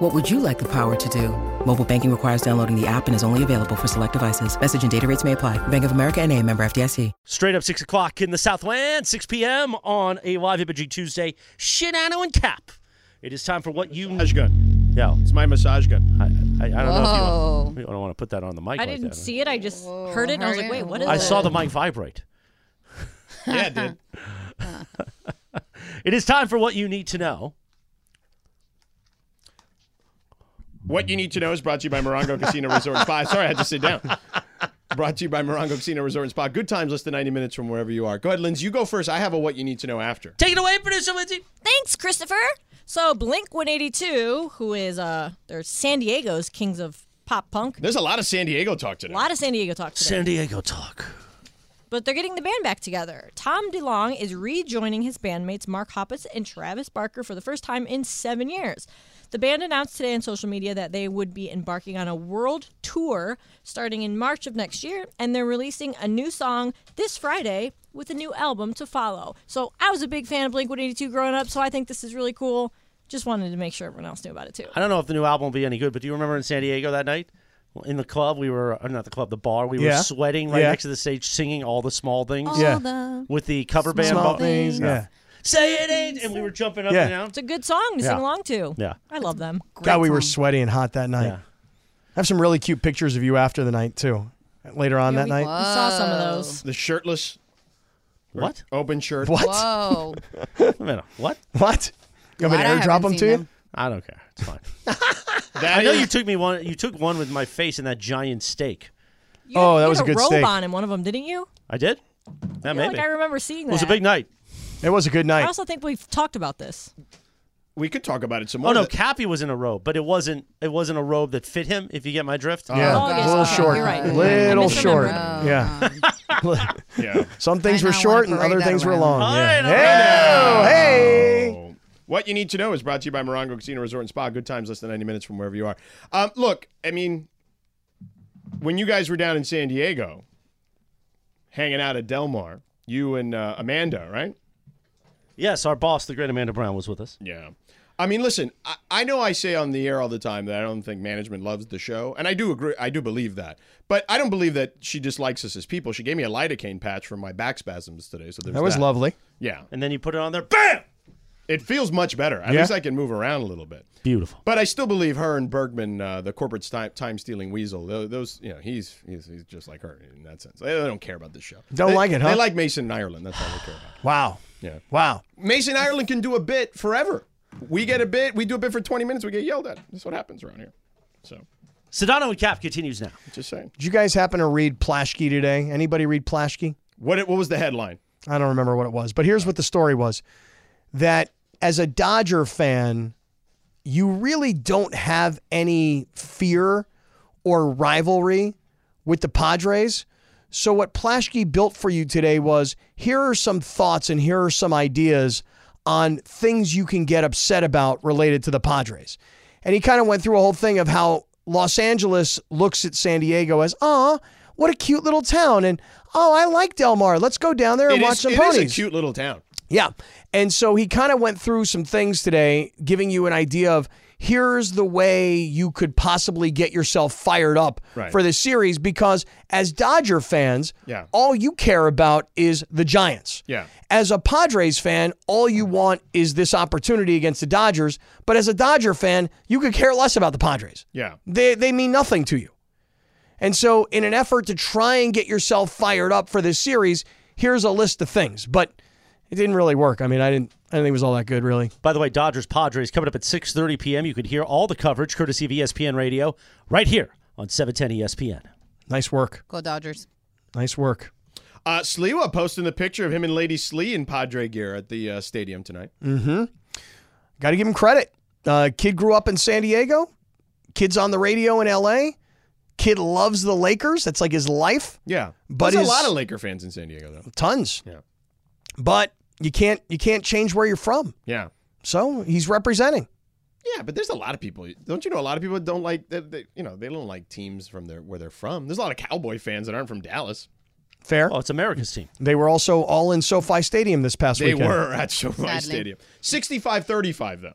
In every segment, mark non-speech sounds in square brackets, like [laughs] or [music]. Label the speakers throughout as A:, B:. A: What would you like the power to do? Mobile banking requires downloading the app and is only available for select devices. Message and data rates may apply. Bank of America and a member FDIC.
B: Straight up 6 o'clock in the Southland, 6 p.m. on a live Imaging Tuesday. Shinano and Cap. It is time for what you...
C: massage gun.
B: Yeah,
C: It's my massage gun.
B: [laughs] I, I, I don't know
D: Whoa.
B: if you... I don't want to put that on the mic
E: I
B: like
E: didn't
B: that.
E: see it. I just heard it, and I was like, "Wait, what is
B: I
E: this?"
B: saw the mic vibrate.
C: Yeah, it did.
B: It is time for what you need to know.
C: What you need to know is brought to you by Morongo Casino Resort and Spa. Sorry, I had to sit down. Brought to you by Morongo Casino Resort and Spa. Good times, less than 90 minutes from wherever you are. Go ahead, Lindsay. You go first. I have a what you need to know after.
B: Take it away, producer Lindsay.
E: Thanks, Christopher. So Blink 182, who is uh, they're San Diego's kings of pop punk.
C: There's a lot of San Diego talk today.
E: A lot of San Diego talk today,
B: San Diego talk.
E: but they're getting the band back together. Tom DeLonge is rejoining his bandmates Mark Hoppus and Travis Barker for the first time in seven years. The band announced today on social media that they would be embarking on a world tour starting in March of next year, and they're releasing a new song this Friday with a new album to follow. So I was a big fan of Blink 182 growing up, so I think this is really cool. Just wanted to make sure everyone else knew about it too.
B: I don't know if the new album will be any good, but do you remember in San Diego that night? Well, In the club, we were, or not the club, the bar, we were
F: Yeah.
B: sweating right
F: Yeah.
B: next to the stage singing all the small things
F: Yeah.
B: with the cover band.
F: Small
B: vo-
F: things, yeah.
B: Say it ain't. And we were jumping up
F: Yeah.
B: and down.
E: It's a good song to
B: Yeah.
E: sing along to.
B: Yeah.
E: I love them.
F: God, we were
D: song.
F: sweaty and hot that night.
B: Yeah.
F: I have some really cute pictures of you after the night too. Later on that night.
E: We saw some of those.
C: The shirtless,
B: What?
C: open shirt.
F: [laughs] What?
D: [laughs] Whoa.
B: Wait a minute. What?
F: What? You want me to
D: Glad I
F: airdrop
D: haven't
F: them to
D: seen
F: you?
D: them.
B: I don't care. It's fine.
C: That
B: I know
C: is-
B: you took me one. You took one with my face and that giant steak.
E: You
F: Oh,
E: had-
F: that
E: you
F: was
E: had
F: a good
E: robe
F: steak.
E: on in one of them, didn't you?
B: I did. That
E: Yeah,
B: maybe.
E: like I remember seeing that.
B: it was a big night.
F: It was a good
E: I
F: night.
E: also think we've talked about this.
C: We could talk about it some more.
B: Oh no,
C: That-
B: Cappy was in a robe, but it wasn't. It wasn't a robe that fit him. If you get my drift.
F: yeah,
E: Oh,
F: a
E: yes,
F: little
E: okay,
F: short.
E: you're right. I
F: Little
E: misremembered.
F: short.
D: Oh,
F: Yeah.
D: [laughs]
C: yeah.
F: Some things
D: I
F: were
D: now
F: short
D: wanna
F: and other
D: parade
F: things
D: that
F: were
D: around.
F: long.
B: All
F: yeah.
B: right, all right.
F: hey.
C: Oh. What you need to know is brought to you by Morongo Casino Resort and Spa. Good times, less than 90 minutes from wherever you are. Um, look, I mean, when you guys were down in San Diego, hanging out at Del Mar, you and uh, Amanda, right?
B: Yes, our boss, the great Amanda Brown, was with us.
C: Yeah. I mean, listen, I, I know I say on the air all the time that I don't think management loves the show, and I do agree. I do believe that, but I don't believe that she dislikes us as people. She gave me a lidocaine patch for my back spasms today, so there's
F: That was lovely.
C: Yeah,
B: And then you put it on there. Bam!
C: it feels much better. At
F: Yeah.
C: least I can move around a little bit.
B: Beautiful.
C: But I still believe her and Bergman, uh, the corporate time, time stealing weasel. tho- Those, you know, he's, he's he's just like her in that sense. They don't care about this show.
F: Don't
C: They-
F: like it, huh?
C: They like Mason in Ireland. That's all they care about.
F: Wow.
C: Yeah.
F: Wow.
C: Mason Ireland can do a bit forever. We get a bit. We do a bit for twenty minutes. We get yelled at. That's what happens around here. So
B: Sedano and Cap continues now.
C: just saying.
F: Did you guys happen to read Plashke today? Anybody read Plashke?
C: What it- what was the headline?
F: I don't remember what it was, but here's what the story was that as a Dodger fan, you really don't have any fear or rivalry with the Padres. So, what Plashke built for you today was here are some thoughts and here are some ideas on things you can get upset about related to the Padres. And he kind of went through a whole thing of how Los Angeles looks at San Diego as, oh, what a cute little town. And, oh, I like Del Mar. Let's go down there and
C: It
F: watch
C: is-
F: some
C: it
F: ponies.
C: is a cute little town.
F: Yeah. And so he kind of went through some things today, giving you an idea of here's the way you could possibly get yourself fired up
C: Right.
F: for this series because as Dodger fans,
C: Yeah.
F: all you care about is the Giants.
C: Yeah.
F: As a Padres fan, all you want is this opportunity against the Dodgers, but as a Dodger fan, you could care less about the Padres.
C: Yeah.
F: They, they mean nothing to you. And so, in an effort to try and get yourself fired up for this series, here's a list of things. But it didn't really work. I mean, I didn't. I didn't think it was all that good, really.
B: By the way, Dodgers Padres coming up at 6:30 p.m. You can hear all the coverage courtesy of E ESPN Radio right here on E 710 ESPN.
F: Nice work.
D: Go Dodgers.
F: Nice work.
C: Uh, Sliwa posting the picture of him and Lady Slee in Padre gear at the uh, stadium tonight.
F: Got to give him credit. Uh, kid grew up in San Diego. Kids on the radio in L.A. Kid loves the Lakers. That's like his life.
C: Yeah,
F: But
C: there's
F: is-
C: a lot of Laker fans in San Diego, though.
F: Tons.
C: Yeah.
F: But you can't you can't change where you're from.
C: Yeah,
F: So he's representing.
C: yeah, but there's a lot of people. Don't you know a lot of people that don't like that? that- You know, they don't like teams from their where they're from. There's a lot of Cowboy fans that aren't from Dallas.
F: Fair.
B: Oh, it's America's team.
F: They were also all in SoFi Stadium this past
C: They
F: weekend.
C: were at SoFi
E: Sadly.
C: Stadium. 65-35, though,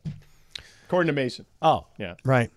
C: according to Mason.
B: Oh,
C: Yeah,
F: Right.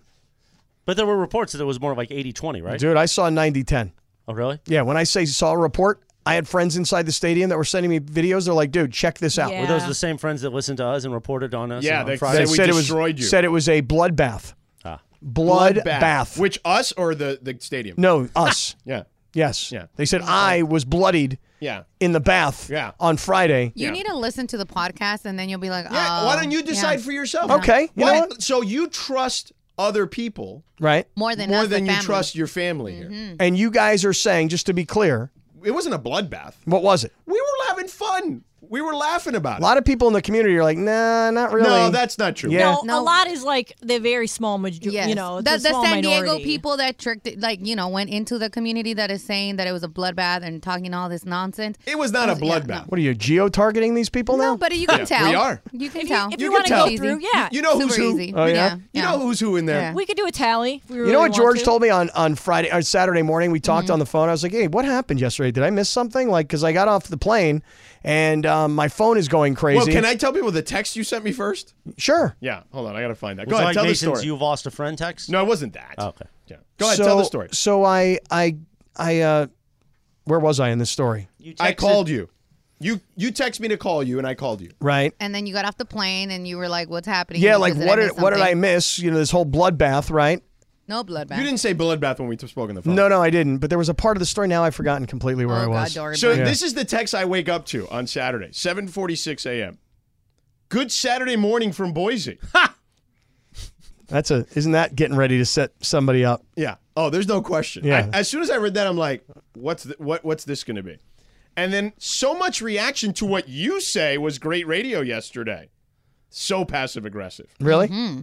B: but there were reports that it was more like 80-20, right?
F: Dude, I saw 90-10.
B: Oh, really?
F: Yeah, when I say saw a report, I had friends inside the stadium that were sending me videos. They're like, dude, check this out.
E: Yeah.
B: Were those the same friends that listened to us and reported on us?
C: Yeah,
B: on
C: they-
F: They
B: Friday?
C: Said we
F: said it was
C: destroyed you.
F: said it was a bloodbath.
B: Ah.
F: Blood
C: Bloodbath.
F: bath.
C: Which us or the the stadium?
F: no,
C: [laughs]
F: us.
C: Yeah,
F: yes.
C: Yeah.
F: They said I was bloodied
C: yeah.
F: in the bath
C: Yeah.
F: on Friday.
D: You
C: Yeah.
D: need to listen to the podcast and then you'll be like,
C: Yeah,
D: oh,
C: why don't you
D: yeah.
C: decide for yourself?
F: Okay, you
C: Why-
F: know what?
C: so you trust other people
F: Right?
D: more than
C: more
D: us, the
C: than you
D: family. Mm-hmm.
C: trust your family here.
F: And you guys are saying, just to be clear,
C: It wasn't a bloodbath.
F: what was it?
C: We were having fun. We were laughing about
F: A lot of people in the community are like, nah, not
C: it.
F: really.
C: No, that's not true.
F: Yeah.
E: No, a
D: No.
E: lot is like the very small majority.
D: Yes.
E: You know,
D: the,
E: the, small
D: San Diego
E: minority.
D: people that tricked, it, like you know, went into the community that is saying that it was a bloodbath and talking all this nonsense.
C: It was not a bloodbath.
F: What are you geo targeting these people
D: No,
F: now?
D: but you can
C: Yeah,
D: tell.
C: we are.
D: You can
E: If you,
D: tell.
E: if
C: You
E: you,
C: can
E: want to
C: tell.
E: go through, yeah,
C: You know who's
D: Super
C: who.
D: easy.
F: Oh, yeah?
D: yeah.
C: You know who's who in there.
D: Yeah.
E: we could do a tally. We
F: you know what George told me on, on Friday or Saturday morning? We
C: Mm-hmm.
F: talked on the phone. I was like, "Hey, what happened yesterday? Did I miss something? Like, because I got off the plane and um, my phone is going crazy."
C: Well, can I tell people the text you sent me first?
F: Sure.
C: Yeah. Hold on. I got to find that.
B: Was
C: Go
B: it
C: ahead.
B: like
C: tell
B: Mason's
C: the story.
B: "You've lost a friend" text?
C: No, it wasn't that.
B: Oh, okay.
C: Yeah. Go ahead. tell the story.
F: So I, I, I, uh, where was I in this story?
B: You
C: I
B: texted-
C: called you. You you text me to call you, and I called you.
F: Right.
D: And then you got off the plane and you were like, "What's happening?"
F: Yeah.
D: Because
F: Like, what
D: miss
F: did what did I
D: something?
F: miss? You know, this whole bloodbath, right?
C: Oh.
D: No bloodbath.
C: You didn't say bloodbath when we spoke on the phone.
F: No, no, I didn't. But there was a part of the story. Now I've forgotten completely where
D: Oh
F: I
D: God,
F: was.
D: Dory.
C: So
D: Bird.
C: this is the text I wake up to on Saturday, 7:46 a.m. Good Saturday morning from Boise.
F: That's a. Isn't that getting ready to set somebody up?
C: [laughs] Yeah. Oh, there's no question.
F: Yeah.
C: I- as soon as I read that, I'm like, what's th- what what's this going to be? And then so much reaction to what you say was great radio yesterday. So passive aggressive.
F: Really?
C: Mm-hmm.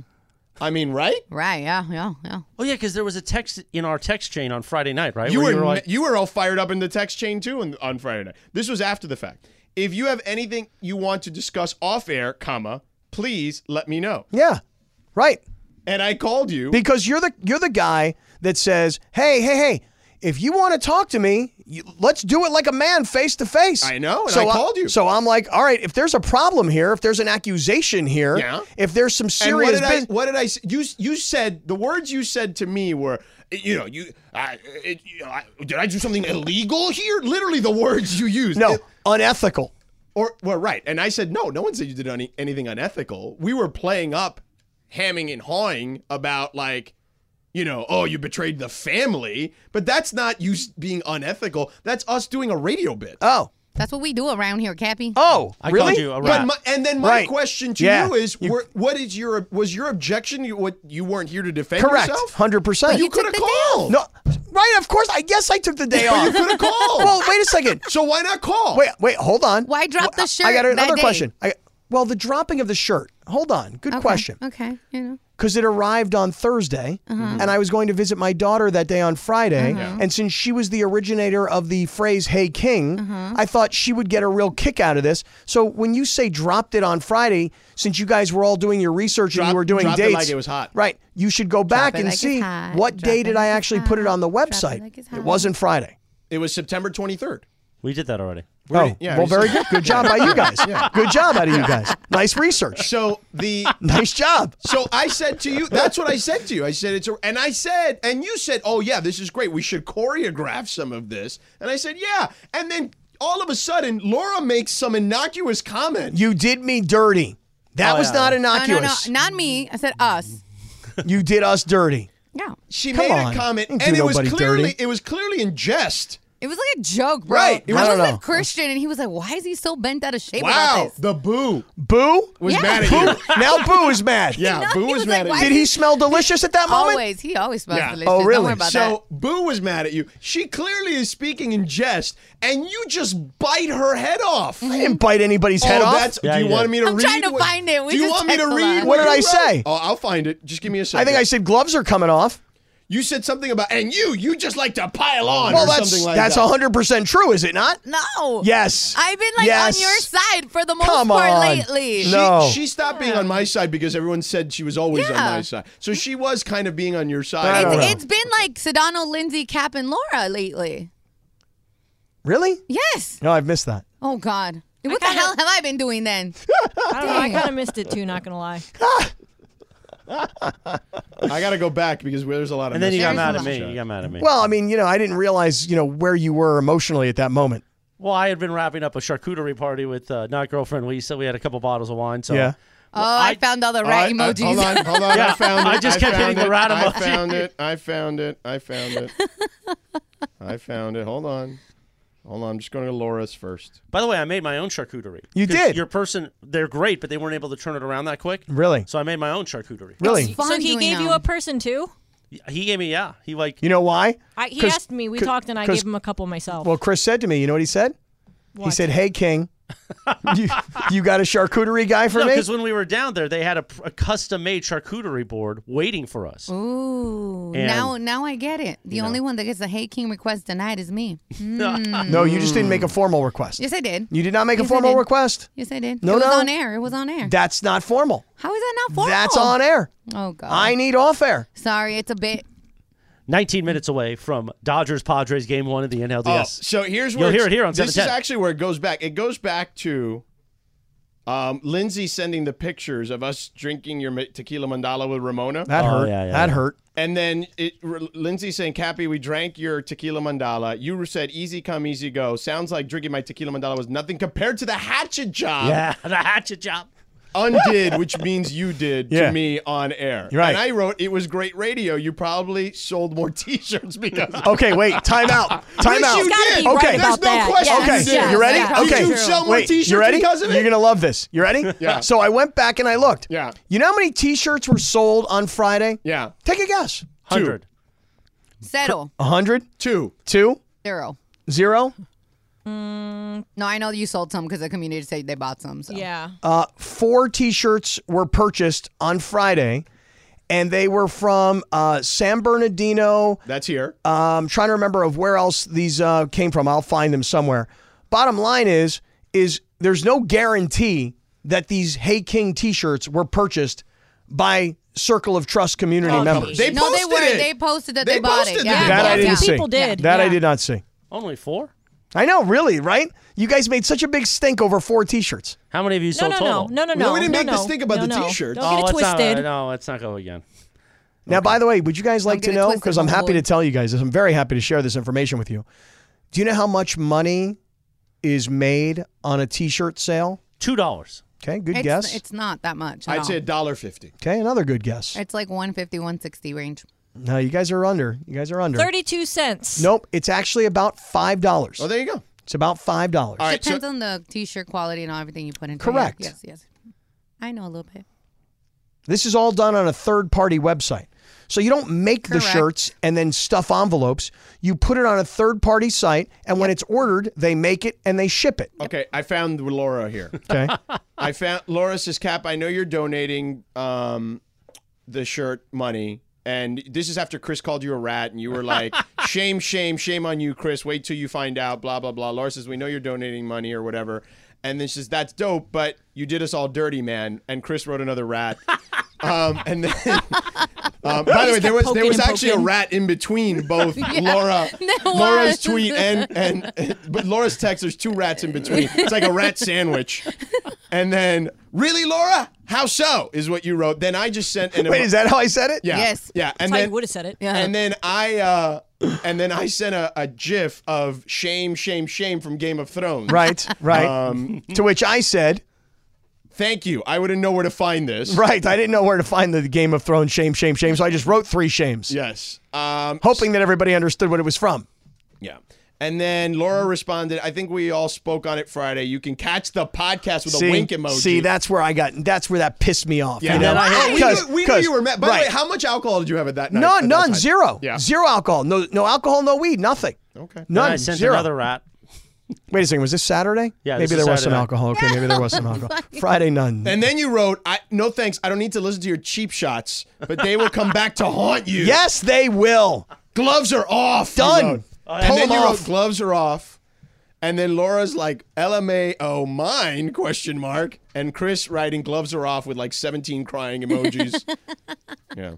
C: I mean, right?
D: right? Yeah, yeah, yeah.
B: Oh yeah, because there was a text in our text chain on Friday night, right?
C: You
B: Where
C: were
B: you were like,
C: n- you were all fired up in the text chain too on, on Friday night. This was after the fact. If you have anything you want to discuss off air, comma, please let me know.
F: Yeah. Right.
C: And I called you.
F: because you're the you're the guy that says, "Hey, hey, hey, if you want to talk to me, you, let's do it like a man, face to face."
C: I know, and I called you.
F: So I'm like, "All right, if there's a problem here, if there's an accusation here,
C: Yeah.
F: if there's some
C: And what
F: serious
C: did I?
F: business,
C: What did I? s- You you said the words you said to me were, you know, you, I, it, you know, I, did I do something illegal here? Literally the words you used.
F: no,
C: It-
F: unethical."
C: or well, right. And I said no. No one said you did any, anything unethical. We were playing up, hamming and hawing about like. You know, oh, you betrayed the family, but that's not you s- being unethical. That's us doing a radio bit.
F: Oh,
D: That's what we do around here, Cappy.
F: oh,
B: I
F: really?
B: called you a
C: But
B: rat.
C: my, and then my
F: Right.
C: question to
F: Yeah.
C: you is,
F: You-
C: were, what is your was your objection? You, what you weren't here to defend
F: Correct,
C: yourself?
F: hundred percent.
C: you could have called.
F: No, right? Of course. I guess I took the day
C: But
F: off.
C: you could have called.
F: [laughs] Well, wait a second.
C: So why not call?
F: Wait, wait, hold on.
D: Why drop
F: Well,
D: the shirt
F: I got
D: that
F: another
D: day?
F: question. I, well, the dropping of the shirt. Hold on. Good
D: Okay,
F: question.
D: Okay, you know.
F: because it arrived on Thursday,
D: Uh-huh.
F: and I was going to visit my daughter that day on Friday. And since she was the originator of the phrase "Hey King,"
D: Uh-huh.
F: I thought she would get a real kick out of this. So when you say dropped it on Friday, since you guys were all doing your research and
C: Drop-
F: you were doing
C: dropped it
F: dates,
C: like it was hot.
F: right? You should go back
D: it
F: and
D: like it's
F: see
D: hot.
F: what
D: Drop
F: day
D: it
F: did
D: like
F: I
D: it's
F: actually put it on the
D: hot. Drop it
F: website.
D: like it's
F: it
D: hot.
F: wasn't Friday.
C: It was September 23rd.
B: we did that already.
F: Oh,
C: yeah, he's-
F: well, very good.
C: [laughs]
F: Good job by you guys. Good job out of you guys. Nice research.
C: So
F: [laughs]
C: the
F: Nice job.
C: so I said to you, that's what I said to you. I said it's a, and I said and you said, "Oh yeah, this is great. We should choreograph some of this." And I said, "Yeah." And then all of a sudden, Laura makes some innocuous comment.
F: You did me dirty. That
C: Oh,
F: was not
D: No, no, no,
F: innocuous.
D: not me. I said us.
F: You did us dirty.
D: Yeah.
C: She
F: Come
C: made
F: on.
C: a comment
F: Don't do
C: and it was
F: nobody
C: clearly
F: dirty.
C: it was clearly in jest.
D: It was like a joke, bro.
C: Right, it was-
D: I
F: I
D: was
F: don't know.
D: with Christian, and he was like, "Why is he so bent out of shape?"
C: Wow,
D: About this?
C: the boo
F: Boo?
C: was
D: Yeah.
C: mad at
F: Boo?
C: you.
F: now Boo is
C: [laughs]
F: mad.
C: Yeah,
D: [laughs] No,
C: boo
D: he
C: was,
D: was like,
C: mad at
D: "Why
C: you.
F: Did he smell delicious at that moment?
D: Always, he always smells
C: Yeah.
D: delicious.
F: Oh, really?
D: Don't worry about
C: so Boo was mad at you. She clearly is speaking in jest, and you just bite her head off.
F: I didn't bite anybody's head
C: oh,
F: off.
C: that's.
B: Yeah,
C: do you
B: you
C: want
B: did.
C: me to
D: I'm
C: read?
D: trying to
C: what-
D: find it. We
C: do you
D: just
C: want me to
D: text a
C: read?
D: lot.
F: What did
C: you
F: I
C: wrote?
F: say?
C: Oh, I'll find it. Just give me a second.
F: I think I said gloves are coming off.
C: You said something about and you you just like to
B: Oh,
C: pile on
F: Well,
C: or
F: that's
C: something like
F: that's
C: that.
F: 100% true, is it not?
D: No.
F: Yes.
D: I've been like
F: Yes.
D: on your side for the most
F: Come
D: part
F: on.
D: lately.
C: She,
F: No.
C: she stopped being on my side because everyone said she was always on
D: Yeah.
C: my side. So she was kind of being on your
F: I
C: side.
F: don't know.
D: It's, it's been like Sedano, Lindsay, Cap, and Laura lately.
F: Really?
D: Yes.
F: No, I've missed that.
D: Oh God. What the
E: kinda-
D: hell have I been doing then?
E: I don't know. I kind of missed it too. Not gonna lie.
C: I got to go back because there's a lot of.
B: And then you got
D: There's a
B: mad at
D: lot.
B: me. You got mad at me.
F: Well, I mean, you know, I didn't realize, you know, where you were emotionally at that moment.
B: Well, I had been wrapping up a charcuterie party with uh, not girlfriend Lisa. We had a couple bottles of wine. So
F: Yeah.
D: Oh, I,
B: I-
D: found all the
C: All right,
D: rat
C: uh,
D: emojis.
C: hold
B: [laughs]
C: on, hold on. I
B: Yeah,
C: found it.
B: I just kept
C: found
B: hitting the
C: it,
B: rat emoji.
C: I found it. I found it. I found
D: [laughs]
C: it. I found it. Hold on. Hold on. I'm just going to Laura's first.
B: By the way, I made my own charcuterie.
F: You
B: 'Cause
F: did?
B: Your person, they're great, but they weren't able to turn it around that quick.
F: Really?
B: So I made my own charcuterie.
F: Really?
D: Fun
E: so he
D: doing
E: gave you
D: them.
E: a person too.
B: He gave me, yeah. He like,
F: You know why?
E: I, he
F: 'Cause-
E: asked me. We
F: c-
E: talked, and I
F: 'cause-
E: gave him a couple myself.
F: Well, Chris said to me, you know what he said? He
E: What?
F: said, "Hey, King, you, you got a charcuterie guy for
B: no,
F: me?"
B: because when we were down there, they had a, pr- a custom-made charcuterie board waiting for us.
D: Ooh.
B: And-
D: now, now I get it. The only one that gets a "Hey King" request denied is me.
F: No, you just didn't make a formal request.
D: Yes, I did.
F: You did not make a
D: Yes, I
F: formal
D: did.
F: request.
D: Yes, I did.
F: No,
D: it was
F: no.
D: on air. It was on air.
F: That's not formal.
D: How is that not formal?
F: That's on air.
D: Oh God.
F: I need off air.
D: Sorry, it's a bit.
B: 19 minutes away from Dodgers Padres game one of the
C: Oh,
B: NLDS.
C: so here's
B: You'll
C: where
B: hear
C: it's-
B: it here on
C: This is
B: 710.
C: actually where it goes back. It goes back to um, Lindsay sending the pictures of us drinking your ma- tequila mandala with Ramona,
F: That
B: Oh,
F: hurt.
B: yeah, yeah,
F: that
B: yeah.
F: hurt.
C: and then it, R- Lindsay saying, "Cappy, we drank your tequila mandala. You said easy come, easy go. Sounds like drinking my tequila mandala was nothing compared to the hatchet job
B: yeah, [laughs] the hatchet job.
C: [laughs] undid, which means you did
F: Yeah.
C: to me on air.
F: You're right.
C: And I wrote, "It was great radio. You probably sold more [laughs] T-shirts because."
F: Okay, wait. [laughs] Time out. Time
C: Yes,
F: out.
C: you
E: gotta
C: did.
E: be right
F: Okay.
C: There's
E: about
C: no
E: that.
C: question.
F: Okay,
E: Yes, yes,
F: you ready?
E: yes.
F: Okay,
C: Did you sell more
F: wait,
C: T-shirts
F: you ready?
C: because of it?
F: You're gonna love this. You ready?
C: Yeah.
F: So I went back and I looked.
C: Yeah.
F: You know how many T-shirts were sold on Friday?
C: yeah,
F: Take a guess.
B: 100.
D: Settle.
F: A hundred,
C: two.
F: two,
D: Zero.
F: zero,
D: No, I know you sold some because the community said they bought some. So.
E: yeah.
F: Uh, four T-shirts were purchased on Friday, and they were from uh, San Bernardino.
C: That's here.
F: I'm trying to remember of where else these uh, came from. I'll find them somewhere. Bottom line is, is there's no guarantee that these Hey King T-shirts were purchased by Circle of Trust community members.
C: they
D: No, they
C: posted
D: were.
C: it.
D: They posted that
C: They
D: they, bought
C: posted
D: it. Yeah.
C: that.
F: that I
D: yeah.
F: didn't see.
E: People did,
F: That I
E: yeah.
F: did not see.
B: Only four?
F: I know, really, right? You guys made such a big stink over four T-shirts.
B: How many of you
E: No,
B: sold
E: no,
B: total?
E: no, no, no,
C: No,
E: no.
C: we didn't
E: no,
C: make this
E: no,
C: thing about
E: no,
C: the
E: no.
C: t-shirts.
E: Don't
B: oh,
E: get it
B: let's not-
E: twisted.
B: no, let's not go again.
F: Now, by the way, would you guys like to
D: get it
F: know?
D: twisted,
F: Because I'm
D: my
F: happy
D: boy.
F: to tell you guys this. I'm very happy to share this information with you. Do you know how much money is made on a T-shirt sale?
B: Two dollars.
F: Okay, good
D: It's,
F: guess.
D: It's not that much. at
C: I'd
D: all.
C: say a dollar fifty.
F: okay, another good guess.
D: it's like 150, 160 range.
F: No, you guys are under. You guys are under.
E: Thirty-two cents.
F: Nope, it's actually about five dollars.
C: Oh, there you go.
F: It's about five dollars.
C: All right, so
D: Depends on the t-shirt quality and everything you put into
F: Correct.
D: it. Yes, yes. I know a little bit.
F: This is all done on a third-party website. So you don't make the
D: Correct.
F: shirts and then stuff envelopes. You put it on a third-party site, and when it's ordered, they make it and they ship it.
C: okay, I found Laura here. [laughs]
F: Okay.
C: I found Laura says, "Cap, I know you're donating um, the shirt money." And this is after Chris called you a rat, and you were
E: [laughs]
C: like, "Shame, shame, shame on you, Chris! Wait till you find out." Blah blah blah. Laura says, "We know you're donating money or whatever," and then she says, "That's dope, but you did us all dirty, man." And Chris wrote another
E: [laughs]
C: rat. Um, and then, um, by the way, there was there
E: poking
C: was
E: and
C: actually a
E: poking.
C: rat in between
E: [laughs]
C: both Laura
D: there
C: Laura's
D: was.
C: tweet and and but Laura's text. There's two rats in between. It's like a rat sandwich. And then, really, Laura? How so? Is what you wrote. Then I just sent an.
F: Wait, is that how I said it?
C: yeah,
D: Yes.
C: yeah. And
E: That's how
C: then
E: you would have said it.
C: And then I uh, and then I sent a, a GIF of shame, shame, shame from Game of Thrones.
F: Right, right.
C: Um,
F: to which I said,
C: Thank you. I wouldn't know where to find this.
F: right, I didn't know where to find the Game of Thrones shame, shame, shame. So I just wrote three shames,
C: Yes. Um,
F: hoping that everybody understood what it was from.
C: yeah. And then Laura responded. I think we all spoke on it Friday. You can catch the podcast with
F: see,
C: a wink emoji.
F: see, that's where I got. That's where that pissed me off.
C: Yeah.
F: you know?
B: And I had-
C: Oh, we,
F: Because-
C: knew, we knew
F: because-
C: you were mad. By
F: right.
C: the way, how much alcohol did you have at that night? at
F: None,
C: that
F: none,
C: time?
F: zero,
C: Yeah.
F: zero alcohol. No, no alcohol, no weed, nothing.
C: Okay.
B: Then
F: None,
B: I sent
F: zero.
B: another rat.
F: Wait a second, was this Saturday?
B: Yeah,
F: maybe
B: this
F: there
B: is
F: was some
B: Saturday.
F: alcohol. Okay, maybe there was
B: [laughs]
F: some alcohol. Friday, none.
C: And then you wrote, I, "No thanks, I don't need to listen to your cheap shots, but they will come back to haunt you."
F: yes, they will.
C: gloves are off. you
F: Done.
C: wrote.
F: Oh, yeah.
C: and then
F: Pull 'em
C: you wrote,
F: off.
C: "Gloves are off," and then Laura's like, "LMAO, mine?" Question mark. And Chris writing, "Gloves are off" with like seventeen crying
F: [laughs]
C: emojis. yeah.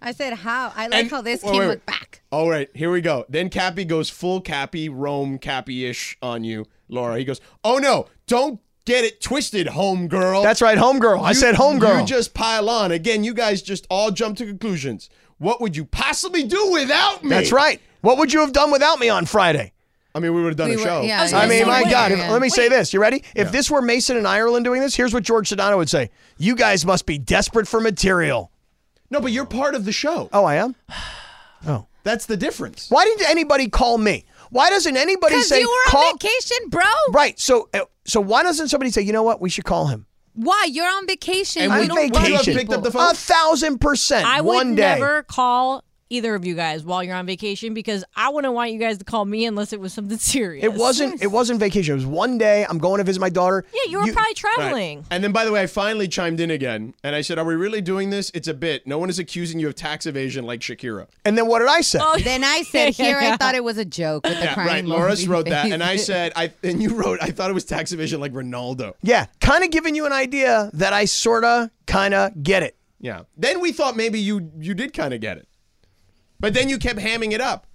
D: I said how. I like
C: And-
D: how this
C: wait,
D: came
C: wait,
D: with
C: wait.
D: back.
C: All right, here we go. Then Cappy goes full Cappy, Rome Cappy ish on you, Laura. He goes, Oh no, don't get it twisted, homegirl.
F: That's right, homegirl. I
C: You-
F: said homegirl.
C: You just pile on. Again, you guys just all jump to conclusions. What would you possibly do without me?
F: That's right. What would you have done without me on Friday?
C: I mean, we would have done
D: We
C: a
D: were-
C: show.
D: yeah, I was
F: I
D: gonna
F: mean,
D: say,
F: my
D: wait,
F: God. if-
D: yeah.
F: let me say
D: Wait.
F: this. You ready? If this were Mason and Ireland doing this, here's what George Sedano would say. You guys must be desperate for material.
C: No, but you're part of the show.
F: Oh, I am?
C: That's the difference.
F: Why didn't anybody call me? Why doesn't anybody
D: Because
F: say
D: you were
F: call?
D: on vacation, bro.
F: Right. So, uh, so why doesn't somebody say, you know what? We should call him.
D: Why? You're on vacation.
C: And
D: we
C: we
D: don't
C: think
D: want
C: you have
D: people.
C: picked up the phone.
F: A thousand percent.
E: I
F: one
E: would
F: day.
E: never call either of you guys while you're on vacation because I wouldn't want you guys to call me unless it was something [laughs] serious.
F: It wasn't. It wasn't vacation. It was one day. I'm going to visit my daughter.
E: Yeah, you were probably traveling.
C: And then, by the way, I finally chimed in again, and I said, "Are we really doing this? It's a bit. No one is accusing you of tax evasion like Shakira."
F: And then what did I say?
D: [laughs]
E: Oh.
D: Then I said here. I thought it was a joke with the
C: Yeah,
D: crying
C: right. Laura's
D: emoji
C: wrote that,
D: face.
C: and
D: [laughs]
C: I said, "I." And you wrote, "I thought it was tax evasion like Ronaldo."
F: Yeah, kind of giving you an idea that I sorta, kinda get it.
C: Yeah. Then we thought maybe you you did kind of get it, but then you kept hamming it up.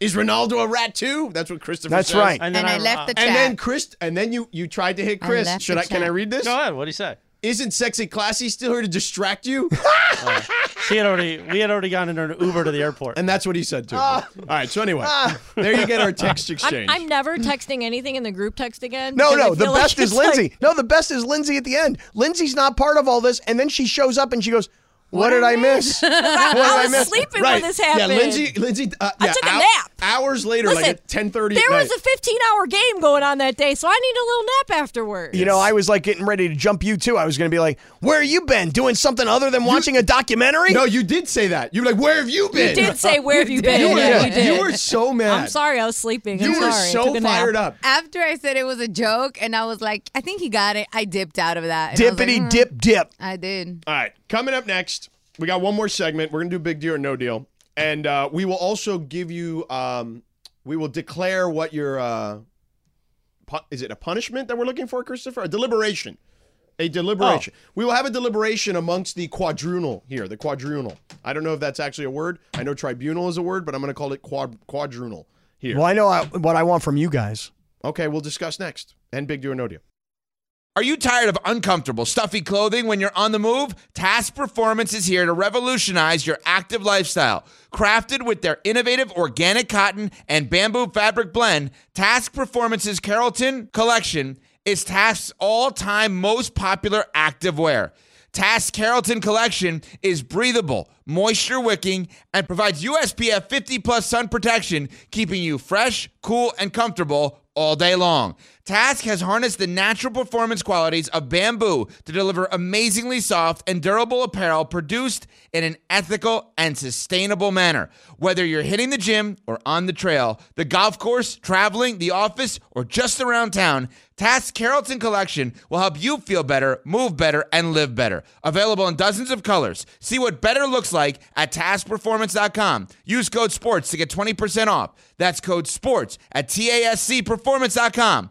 C: Is Ronaldo a rat too? That's what Christopher.
F: That's
C: says.
F: right.
B: And then
D: and
B: I, uh,
D: I left the chat.
C: And then Chris, and then you you tried to hit
D: I
C: Chris.
D: left
C: Should
D: the
C: I? Can
D: chat.
C: I read this?
B: Go ahead. What do you say?
C: Isn't sexy classy still here to distract
E: [laughs]
C: you?
B: She had already. We had already gone in an Uber to the airport.
C: and that's what he said too. All right. So anyway, there you get our text exchange.
E: Ah. [laughs] I'm never texting anything in the group text again.
F: No,
E: because I
F: no, the
E: feel like
F: best is
E: it's like-
F: Lindsay. no, the best is Lindsay at the end. Lindsay's not part of all this, and then she shows up and she goes, "What, did I miss?
E: [laughs]
F: what
E: [laughs]
F: did
E: I
F: I
E: was
F: miss?"
E: sleeping
C: right.
E: when this happened.
C: Yeah, Lindsay. Lindsay. Uh,
E: I
C: yeah,
E: took a
C: hou-
E: nap.
C: Hours later, like
E: Listen,
C: at ten thirty.
E: There was a 15 hour game going on that day, so I need a little nap afterwards.
F: You know, I was like getting ready to jump you too. I was going to be like, "Where you been? Doing something other than watching a documentary?"
C: No, you did say that. You were like, "Where have you been?"
E: You [laughs]
F: [laughs]
E: did say, Where have you been?
C: You were,
E: [laughs] Yeah, you did.
C: you were so mad.
E: I'm sorry, I was sleeping.
C: You
E: I'm
C: were
E: sorry. I
C: so
E: took a nap.
C: fired up.
D: After I said it was a joke, and I was like, I think he got it. I dipped out of that. and I was like,
F: Dippity
D: mm,
F: dip dip.
D: I did.
C: All right, coming up next, we got one more segment. We're gonna do big deal or no deal, and uh, we will also give you. Um, we will declare what your. Uh, pu- is it a punishment that we're looking for, Christopher? A deliberation. A deliberation.
E: Oh.
C: We will have a deliberation amongst the quadrunal here, the quadrunal. I don't know if that's actually a word. I know tribunal is a word, but I'm going to call it quad- quadrunal here.
F: Well, I know I, what I want from you guys.
C: Okay, we'll discuss next. And big deal or no deal.
G: Are you tired of uncomfortable, stuffy clothing when you're on the move? Task Performance is here to revolutionize your active lifestyle. Crafted with their innovative organic cotton and bamboo fabric blend, Task Performance's Carrollton collection is Task's all time most popular active wear. Task Carrollton collection is breathable, moisture wicking, and provides USPF 50 plus sun protection, keeping you fresh, cool, and comfortable all day long. Task has harnessed the natural performance qualities of bamboo to deliver amazingly soft and durable apparel produced in an ethical and sustainable manner. Whether you're hitting the gym or on the trail, the golf course, traveling, the office, or just around town, Task Carrollton Collection will help you feel better, move better, and live better. Available in dozens of colors. See what better looks like at taskperformance.com. Use code SPORTS to get 20% off. That's code SPORTS at TASCperformance.com.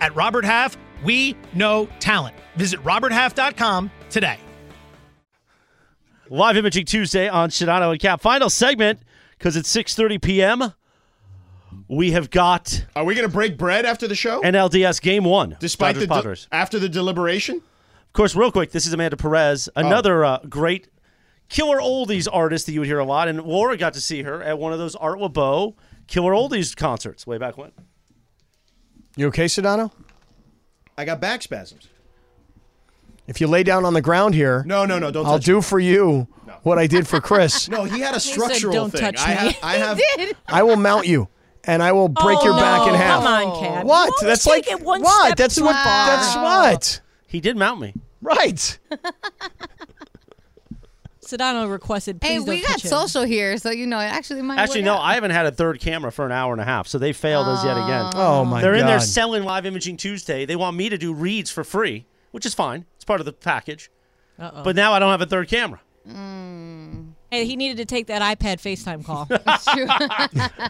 H: At Robert Half, we know talent. Visit roberthalf.com today.
B: Live imaging Tuesday on Shadano and Cap. Final segment because it's 6:30 p.m. We have got
C: Are we going to break bread after the show?
B: NLDS Game One.
C: Despite
B: Dodgers
C: the de-
B: Padres.
C: after the deliberation?
B: Of course, real quick, this is Amanda Perez,
C: Oh.
B: another uh, great killer oldies artist that you would hear a lot. And Laura got to see her at one of those Art LeBeau killer oldies concerts way back when.
F: You okay, Sedano?
C: I got back spasms.
F: If you lay down on the ground here,
C: No, no, no. Don't.
F: I'll
C: touch
F: do for you what I did for Chris.
C: Me. [laughs] No, he had a structural
E: "Don't
C: thing.
E: touch
C: I
E: me." [laughs]
C: have. I have.
F: I will mount you and I will break your
E: Oh,
F: back in
E: no,
F: half.
E: Come on, Kat.
F: What?
E: You
F: That's
E: always
F: like
E: take it one
F: what?
E: step
F: That's
E: too
F: what?
D: far.
F: That's what?
B: He did mount me.
F: Right.
E: Sedano requested. Please
D: Hey,
E: don't
D: we got
E: touch him."
D: social here, so you know it actually might.
B: Actually, no,
D: work out.
B: I haven't had a third camera for an hour and a half, so they failed us yet again.
F: Oh my
B: They're
F: god.
B: in there selling live imaging Tuesday. They want me to do reads for free, which is fine. It's part of the package. But now I don't have a third camera.
E: Hey, he needed to take that iPad FaceTime
D: [laughs]
E: call.
B: [laughs]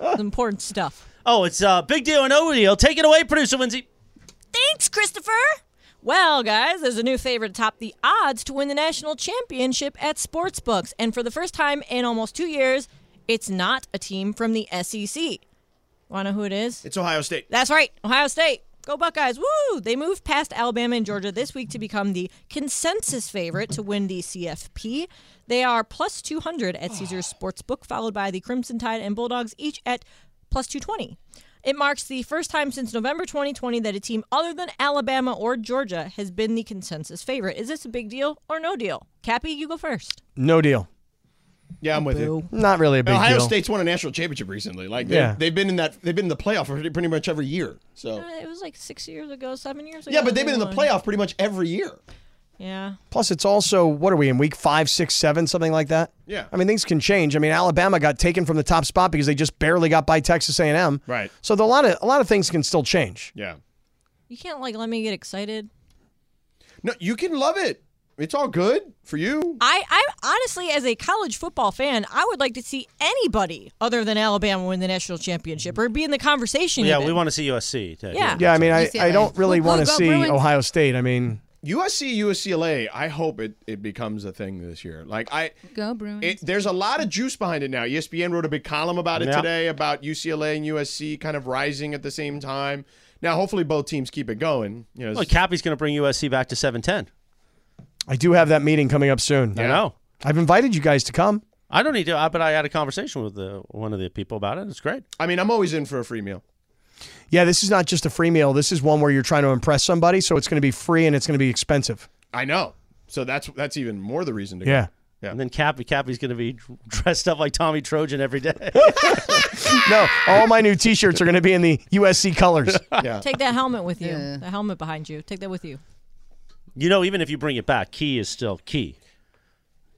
E: It's important stuff.
B: Oh, it's a big deal and no deal. Take it away, producer Lindsay.
E: Thanks, Christopher. Well, guys, there's a new favorite to top the odds to win the national championship at sportsbooks, and for the first time in almost two years, it's not a team from the SEC. Want to know who it is?
C: It's Ohio State.
E: That's right, Ohio State. Go Buckeyes! Woo! They moved past Alabama and Georgia this week to become the consensus favorite to win the CFP. They are plus 200 at [sighs] Caesars Sportsbook, followed by the Crimson Tide and Bulldogs, each at plus 220. It marks the first time since November 2020 that a team other than Alabama or Georgia has been the consensus favorite. Is this a big deal or no deal? Cappy, you go first.
F: no deal.
C: Yeah, I'm with you.
F: Not really a big
C: Ohio
F: deal.
C: State's won a national championship recently. Like, they,
F: Yeah.
C: they've been in that. They've been in the playoff pretty, pretty much every year. So.
E: It was like six years ago, seven years ago.
C: Yeah, but they've been in the
E: won.
C: playoff pretty much every year.
E: Yeah.
F: Plus, it's also what are we in week five, six, seven, something like that.
C: Yeah.
F: I mean things can change. I mean Alabama got taken from the top spot because they just barely got by Texas A&M.
C: Right.
F: So the, a lot of a lot of things can still change.
C: Yeah.
E: You can't, like, let me get excited.
C: No, you can love it. It's all good for you.
E: I, I honestly, as a college football fan, I would like to see anybody other than Alabama win the national championship or be in the conversation.
B: Yeah,
E: even.
B: we want to see USC. Uh,
E: Yeah.
F: Yeah, I mean I,
D: UCLA.
F: I don't really
D: Woo,
F: want to
D: go
F: see
D: Bruins.
F: Ohio State. I mean
C: USC, UCLA. I hope it, it becomes a thing this year. Like I,
D: Go Bruins.
C: it, there's a lot of juice behind it now. E ESPN wrote a big column about it
B: Yeah.
C: today about UCLA and USC kind of rising at the same time. Now, hopefully, both teams keep it going. You know,
B: Well, Cappy's going to bring USC back to 710.
F: I do have that meeting coming up soon.
B: I know.
F: I've invited you guys to come.
B: I don't need to, I, but I had a conversation with the, one of the people about it. It's great.
C: I mean, I'm always in for a free meal.
F: Yeah, this is not just a free meal. This is one where you're trying to impress somebody, so it's going to be free and it's going to be expensive.
C: I know. So that's that's even more the reason to go.
F: Yeah.
B: And then Cappy, Cappy's going to be [laughs] dressed up like Tommy Trojan every day. [laughs]
F: No, all my new T-shirts are going to be in the
C: [laughs]
F: USC colors.
E: Take that helmet with you.
D: Yeah.
E: The helmet behind you. Take that with you.
B: you know, even if you bring it back, Key is still Key.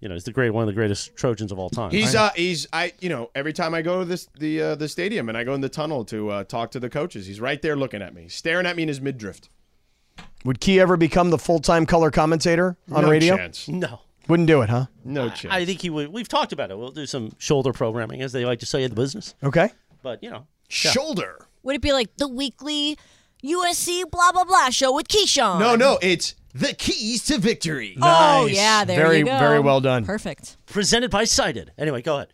B: You know, he's the great one of the greatest Trojans of all time.
C: He's uh he's I you know every time I go to this the uh, the stadium and I go in the tunnel to uh, talk to the coaches, he's right there looking at me, staring at me in his midriff.
F: Would Key ever become the full-time color commentator on
C: no
F: radio?
C: chance.
B: no.
F: Wouldn't do it, huh?
C: No chance.
B: I think he would. We've talked about it. We'll do some shoulder programming, as they like to say in the business.
F: Okay.
B: But you know,
C: Shoulder.
E: Would it be like the weekly USC blah blah blah show with Keyshawn?
C: No, no, it's the keys to victory.
E: Oh
F: Nice.
E: yeah, there
F: Very-
E: you go.
F: very well done.
E: Perfect.
B: presented by Cited. Anyway, go ahead.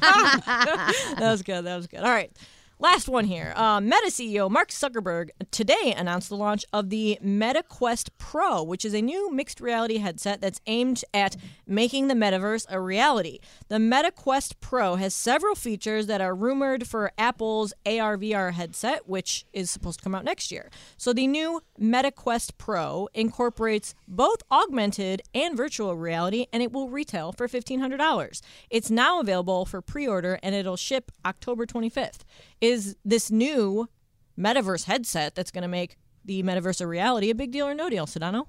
E: That was good. That was good. All right. Last one here. Uh, Meta CEO Mark Zuckerberg today announced the launch of the Meta Quest Pro, which is a new mixed reality headset that's aimed at making the metaverse a reality. The Meta Quest Pro has several features that are rumored for Apple's AR/VR headset, which is supposed to come out next year. So the new Meta Quest Pro incorporates both augmented and virtual reality, and it will retail for $1,500. It's now available for pre order and it'll ship October 25th. Is this new metaverse headset that's going to make the metaverse a reality a big deal or no deal, Sedano?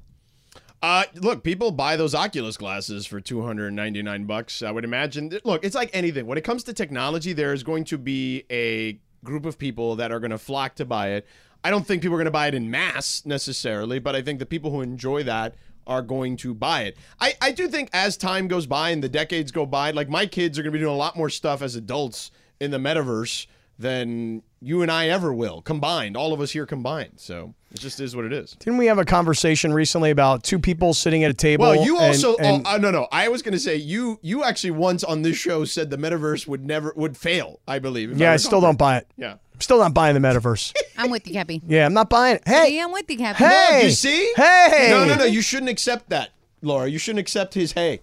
C: Uh, look, people buy those Oculus glasses for 299 bucks. I would imagine. that- Look, it's like anything. When it comes to technology, there is going to be a group of people that are going to flock to buy it. I don't think people are going to buy it in mass necessarily, but I think the people who enjoy that are going to buy it. I, I do think as time goes by and the decades go by, like my kids are going to be doing a lot more stuff as adults in the metaverse than you and I ever will combined, all of us here combined. So it just is what it is.
F: Didn't we have a conversation recently about two people sitting at a table?
C: Well, you
F: and-
C: also.
F: and-
C: oh, uh, no, no. I was going to say you. You actually once on this show said the metaverse would never would fail. I believe. if
F: yeah, I
C: recall
F: still don't
C: correctly.
F: buy it.
C: Yeah.
F: I'm still not buying the
C: [laughs]
F: metaverse.
D: I'm with you, Cappy.
F: yeah, I'm not buying it. Hey,
D: See, I'm with you, Cappy.
F: hey,
C: Look, you see?
F: hey.
C: No, no, no. You shouldn't accept that, Laura. You shouldn't accept his hey.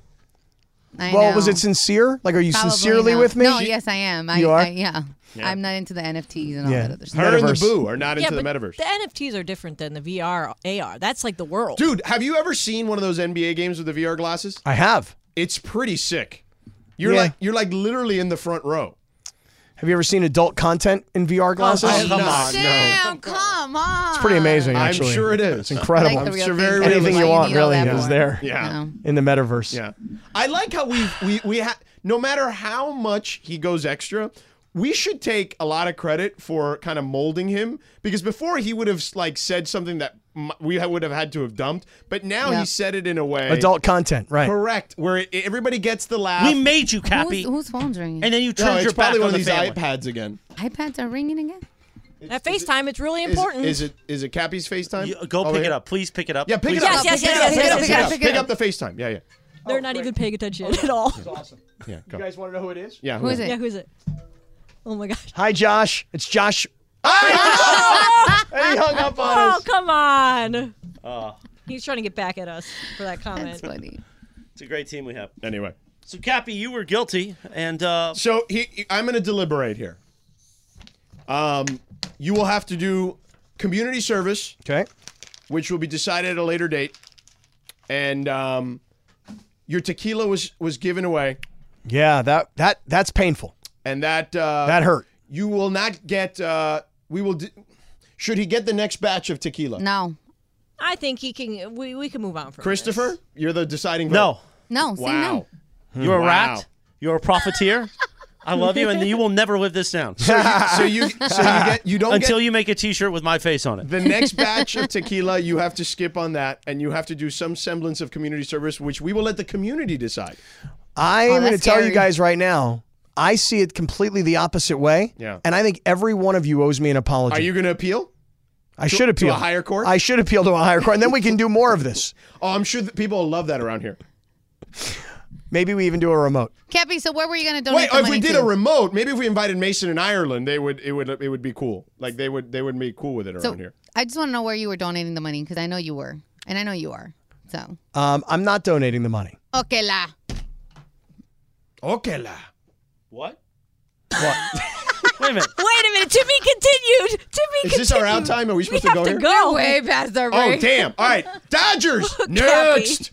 D: I
F: Well,
D: know.
F: was it sincere? Like, are you
D: Probably
F: sincerely
D: not.
F: with me?
D: No, yes, I am. I,
F: You are?
D: I, yeah. I'm not into the NFTs and all
F: Yeah.
D: that other stuff.
C: Her and the
F: Metaverse.
C: Boo are not
E: Yeah,
C: into the
E: but
C: metaverse.
E: the NFTs are different than the VR, AR. That's like the world.
C: Dude, have you ever seen one of those NBA games with the VR glasses?
F: I have.
C: It's pretty sick. You're
F: Yeah.
C: like you're like literally in the front row.
F: Have you ever seen adult content in VR glasses?
C: Oh, come
B: on.
D: Damn, come on.
F: It's pretty amazing.
C: I'm
F: Actually.
C: sure it is.
F: It's incredible.
D: Like the real
C: sure very
D: thing.
C: realistic.
F: Anything you
D: Like,
F: want
D: need all
F: really
D: that
F: is
D: for.
F: there
D: You
C: Yeah.
D: know?
F: in the metaverse.
C: Yeah. I like how we we we ha- no matter how much he goes extra, we should take a lot of credit for kind of molding him because before he would have like said something that m- we ha- would have had to have dumped, but now
D: Yeah.
C: he said it in a
B: [laughs]
C: way
F: Adult content, right?
C: correct where it, everybody gets the laugh.
B: We made you, Cappy.
D: Who's, whose phone's ringing?
B: and then you turned
C: [laughs] no, it's
B: your back
C: probably
B: on
C: one of
B: the
C: these
B: family.
C: iPads again.
D: iPads are ringing again.
E: That FaceTime, it's really
C: Is,
E: important.
C: is it is it Cappy's FaceTime? Oh,
B: You- go
C: Over
B: pick it
C: here?
B: up. Please pick it up.
C: Yeah, pick
B: Please.
C: it up.
E: Yes, yes,
C: pick
E: yes,
C: it
E: yes,
C: up.
E: yes,
C: Pick it
D: yes,
C: up.
D: yes,
C: Pick
D: yes.
C: up the FaceTime. Yeah, yeah,
E: They're not even paying attention
C: Oh,
E: at all.
C: yeah. Go.
F: want to know who it is?
C: yeah,
D: Who is it?
E: Yeah, who's it? Oh my gosh.
F: Hi, Josh. It's Josh. he
C: [laughs]
F: hung up on
E: Oh,
F: us.
E: come on. He's trying to get back at us for that
D: That's
E: comment.
D: funny.
B: It's a great team we have.
C: Anyway,
B: So, Cappy, you were guilty, and uh,
C: so he, he- I'm going to deliberate here. Um, you will have to do community service,
F: Okay.
C: which will be decided at a later date, and um, your tequila was was given away,
F: Yeah, that that that's painful.
C: and that uh,
F: That hurt.
C: You will not get. Uh, we will. D- should he get the next batch of tequila?
D: No,
E: I think he can. We, we can move on from
C: Christopher,
E: this.
C: you're the deciding.
B: no,
C: vote.
D: no, see, no.
C: Wow.
B: you're a
C: Wow.
B: rat. You're a profiteer. I love you, and you will never live this [laughs] down
C: So you
F: [laughs]
C: so you get you don't get
B: until you make a T-shirt with my face on it.
C: The next batch of tequila, you have to skip on that, and you have to do some semblance of community service, which we will let the community decide.
F: I
D: Oh,
F: am going to
D: that's
F: tell you
D: scary.
F: guys right now. I see it completely the opposite way.
C: Yeah.
F: And I think every one of you owes me an apology.
C: Are you going to appeal?
F: I should appeal
C: to a higher court?
F: I should appeal to a higher court, and then we can do more of this.
C: Oh, I'm sure that people will love that around here.
F: Maybe we even do a remote.
D: Cappy, so where were you going to donate
C: Wait,
D: the
C: if
D: money
C: we did
D: to?
C: a remote, maybe if we invited Mason and Ireland, they would it would it would be cool. Like they would they would be cool with it around
D: so,
C: here.
D: I just want to know where you were donating the money because I know you were, and I know you are. So,
F: Um, I'm not donating the money.
D: okay, la.
C: Okay, la.
B: What? [laughs] What? Wait a minute.
E: Wait a minute. To be continued. To be
C: Is
E: continued.
C: this our out time? Are we
E: We
C: supposed
E: have
C: to go
E: to
C: here?
E: go.
D: Way past our [laughs]
C: Oh
D: break.
C: damn! All right, Dodgers next.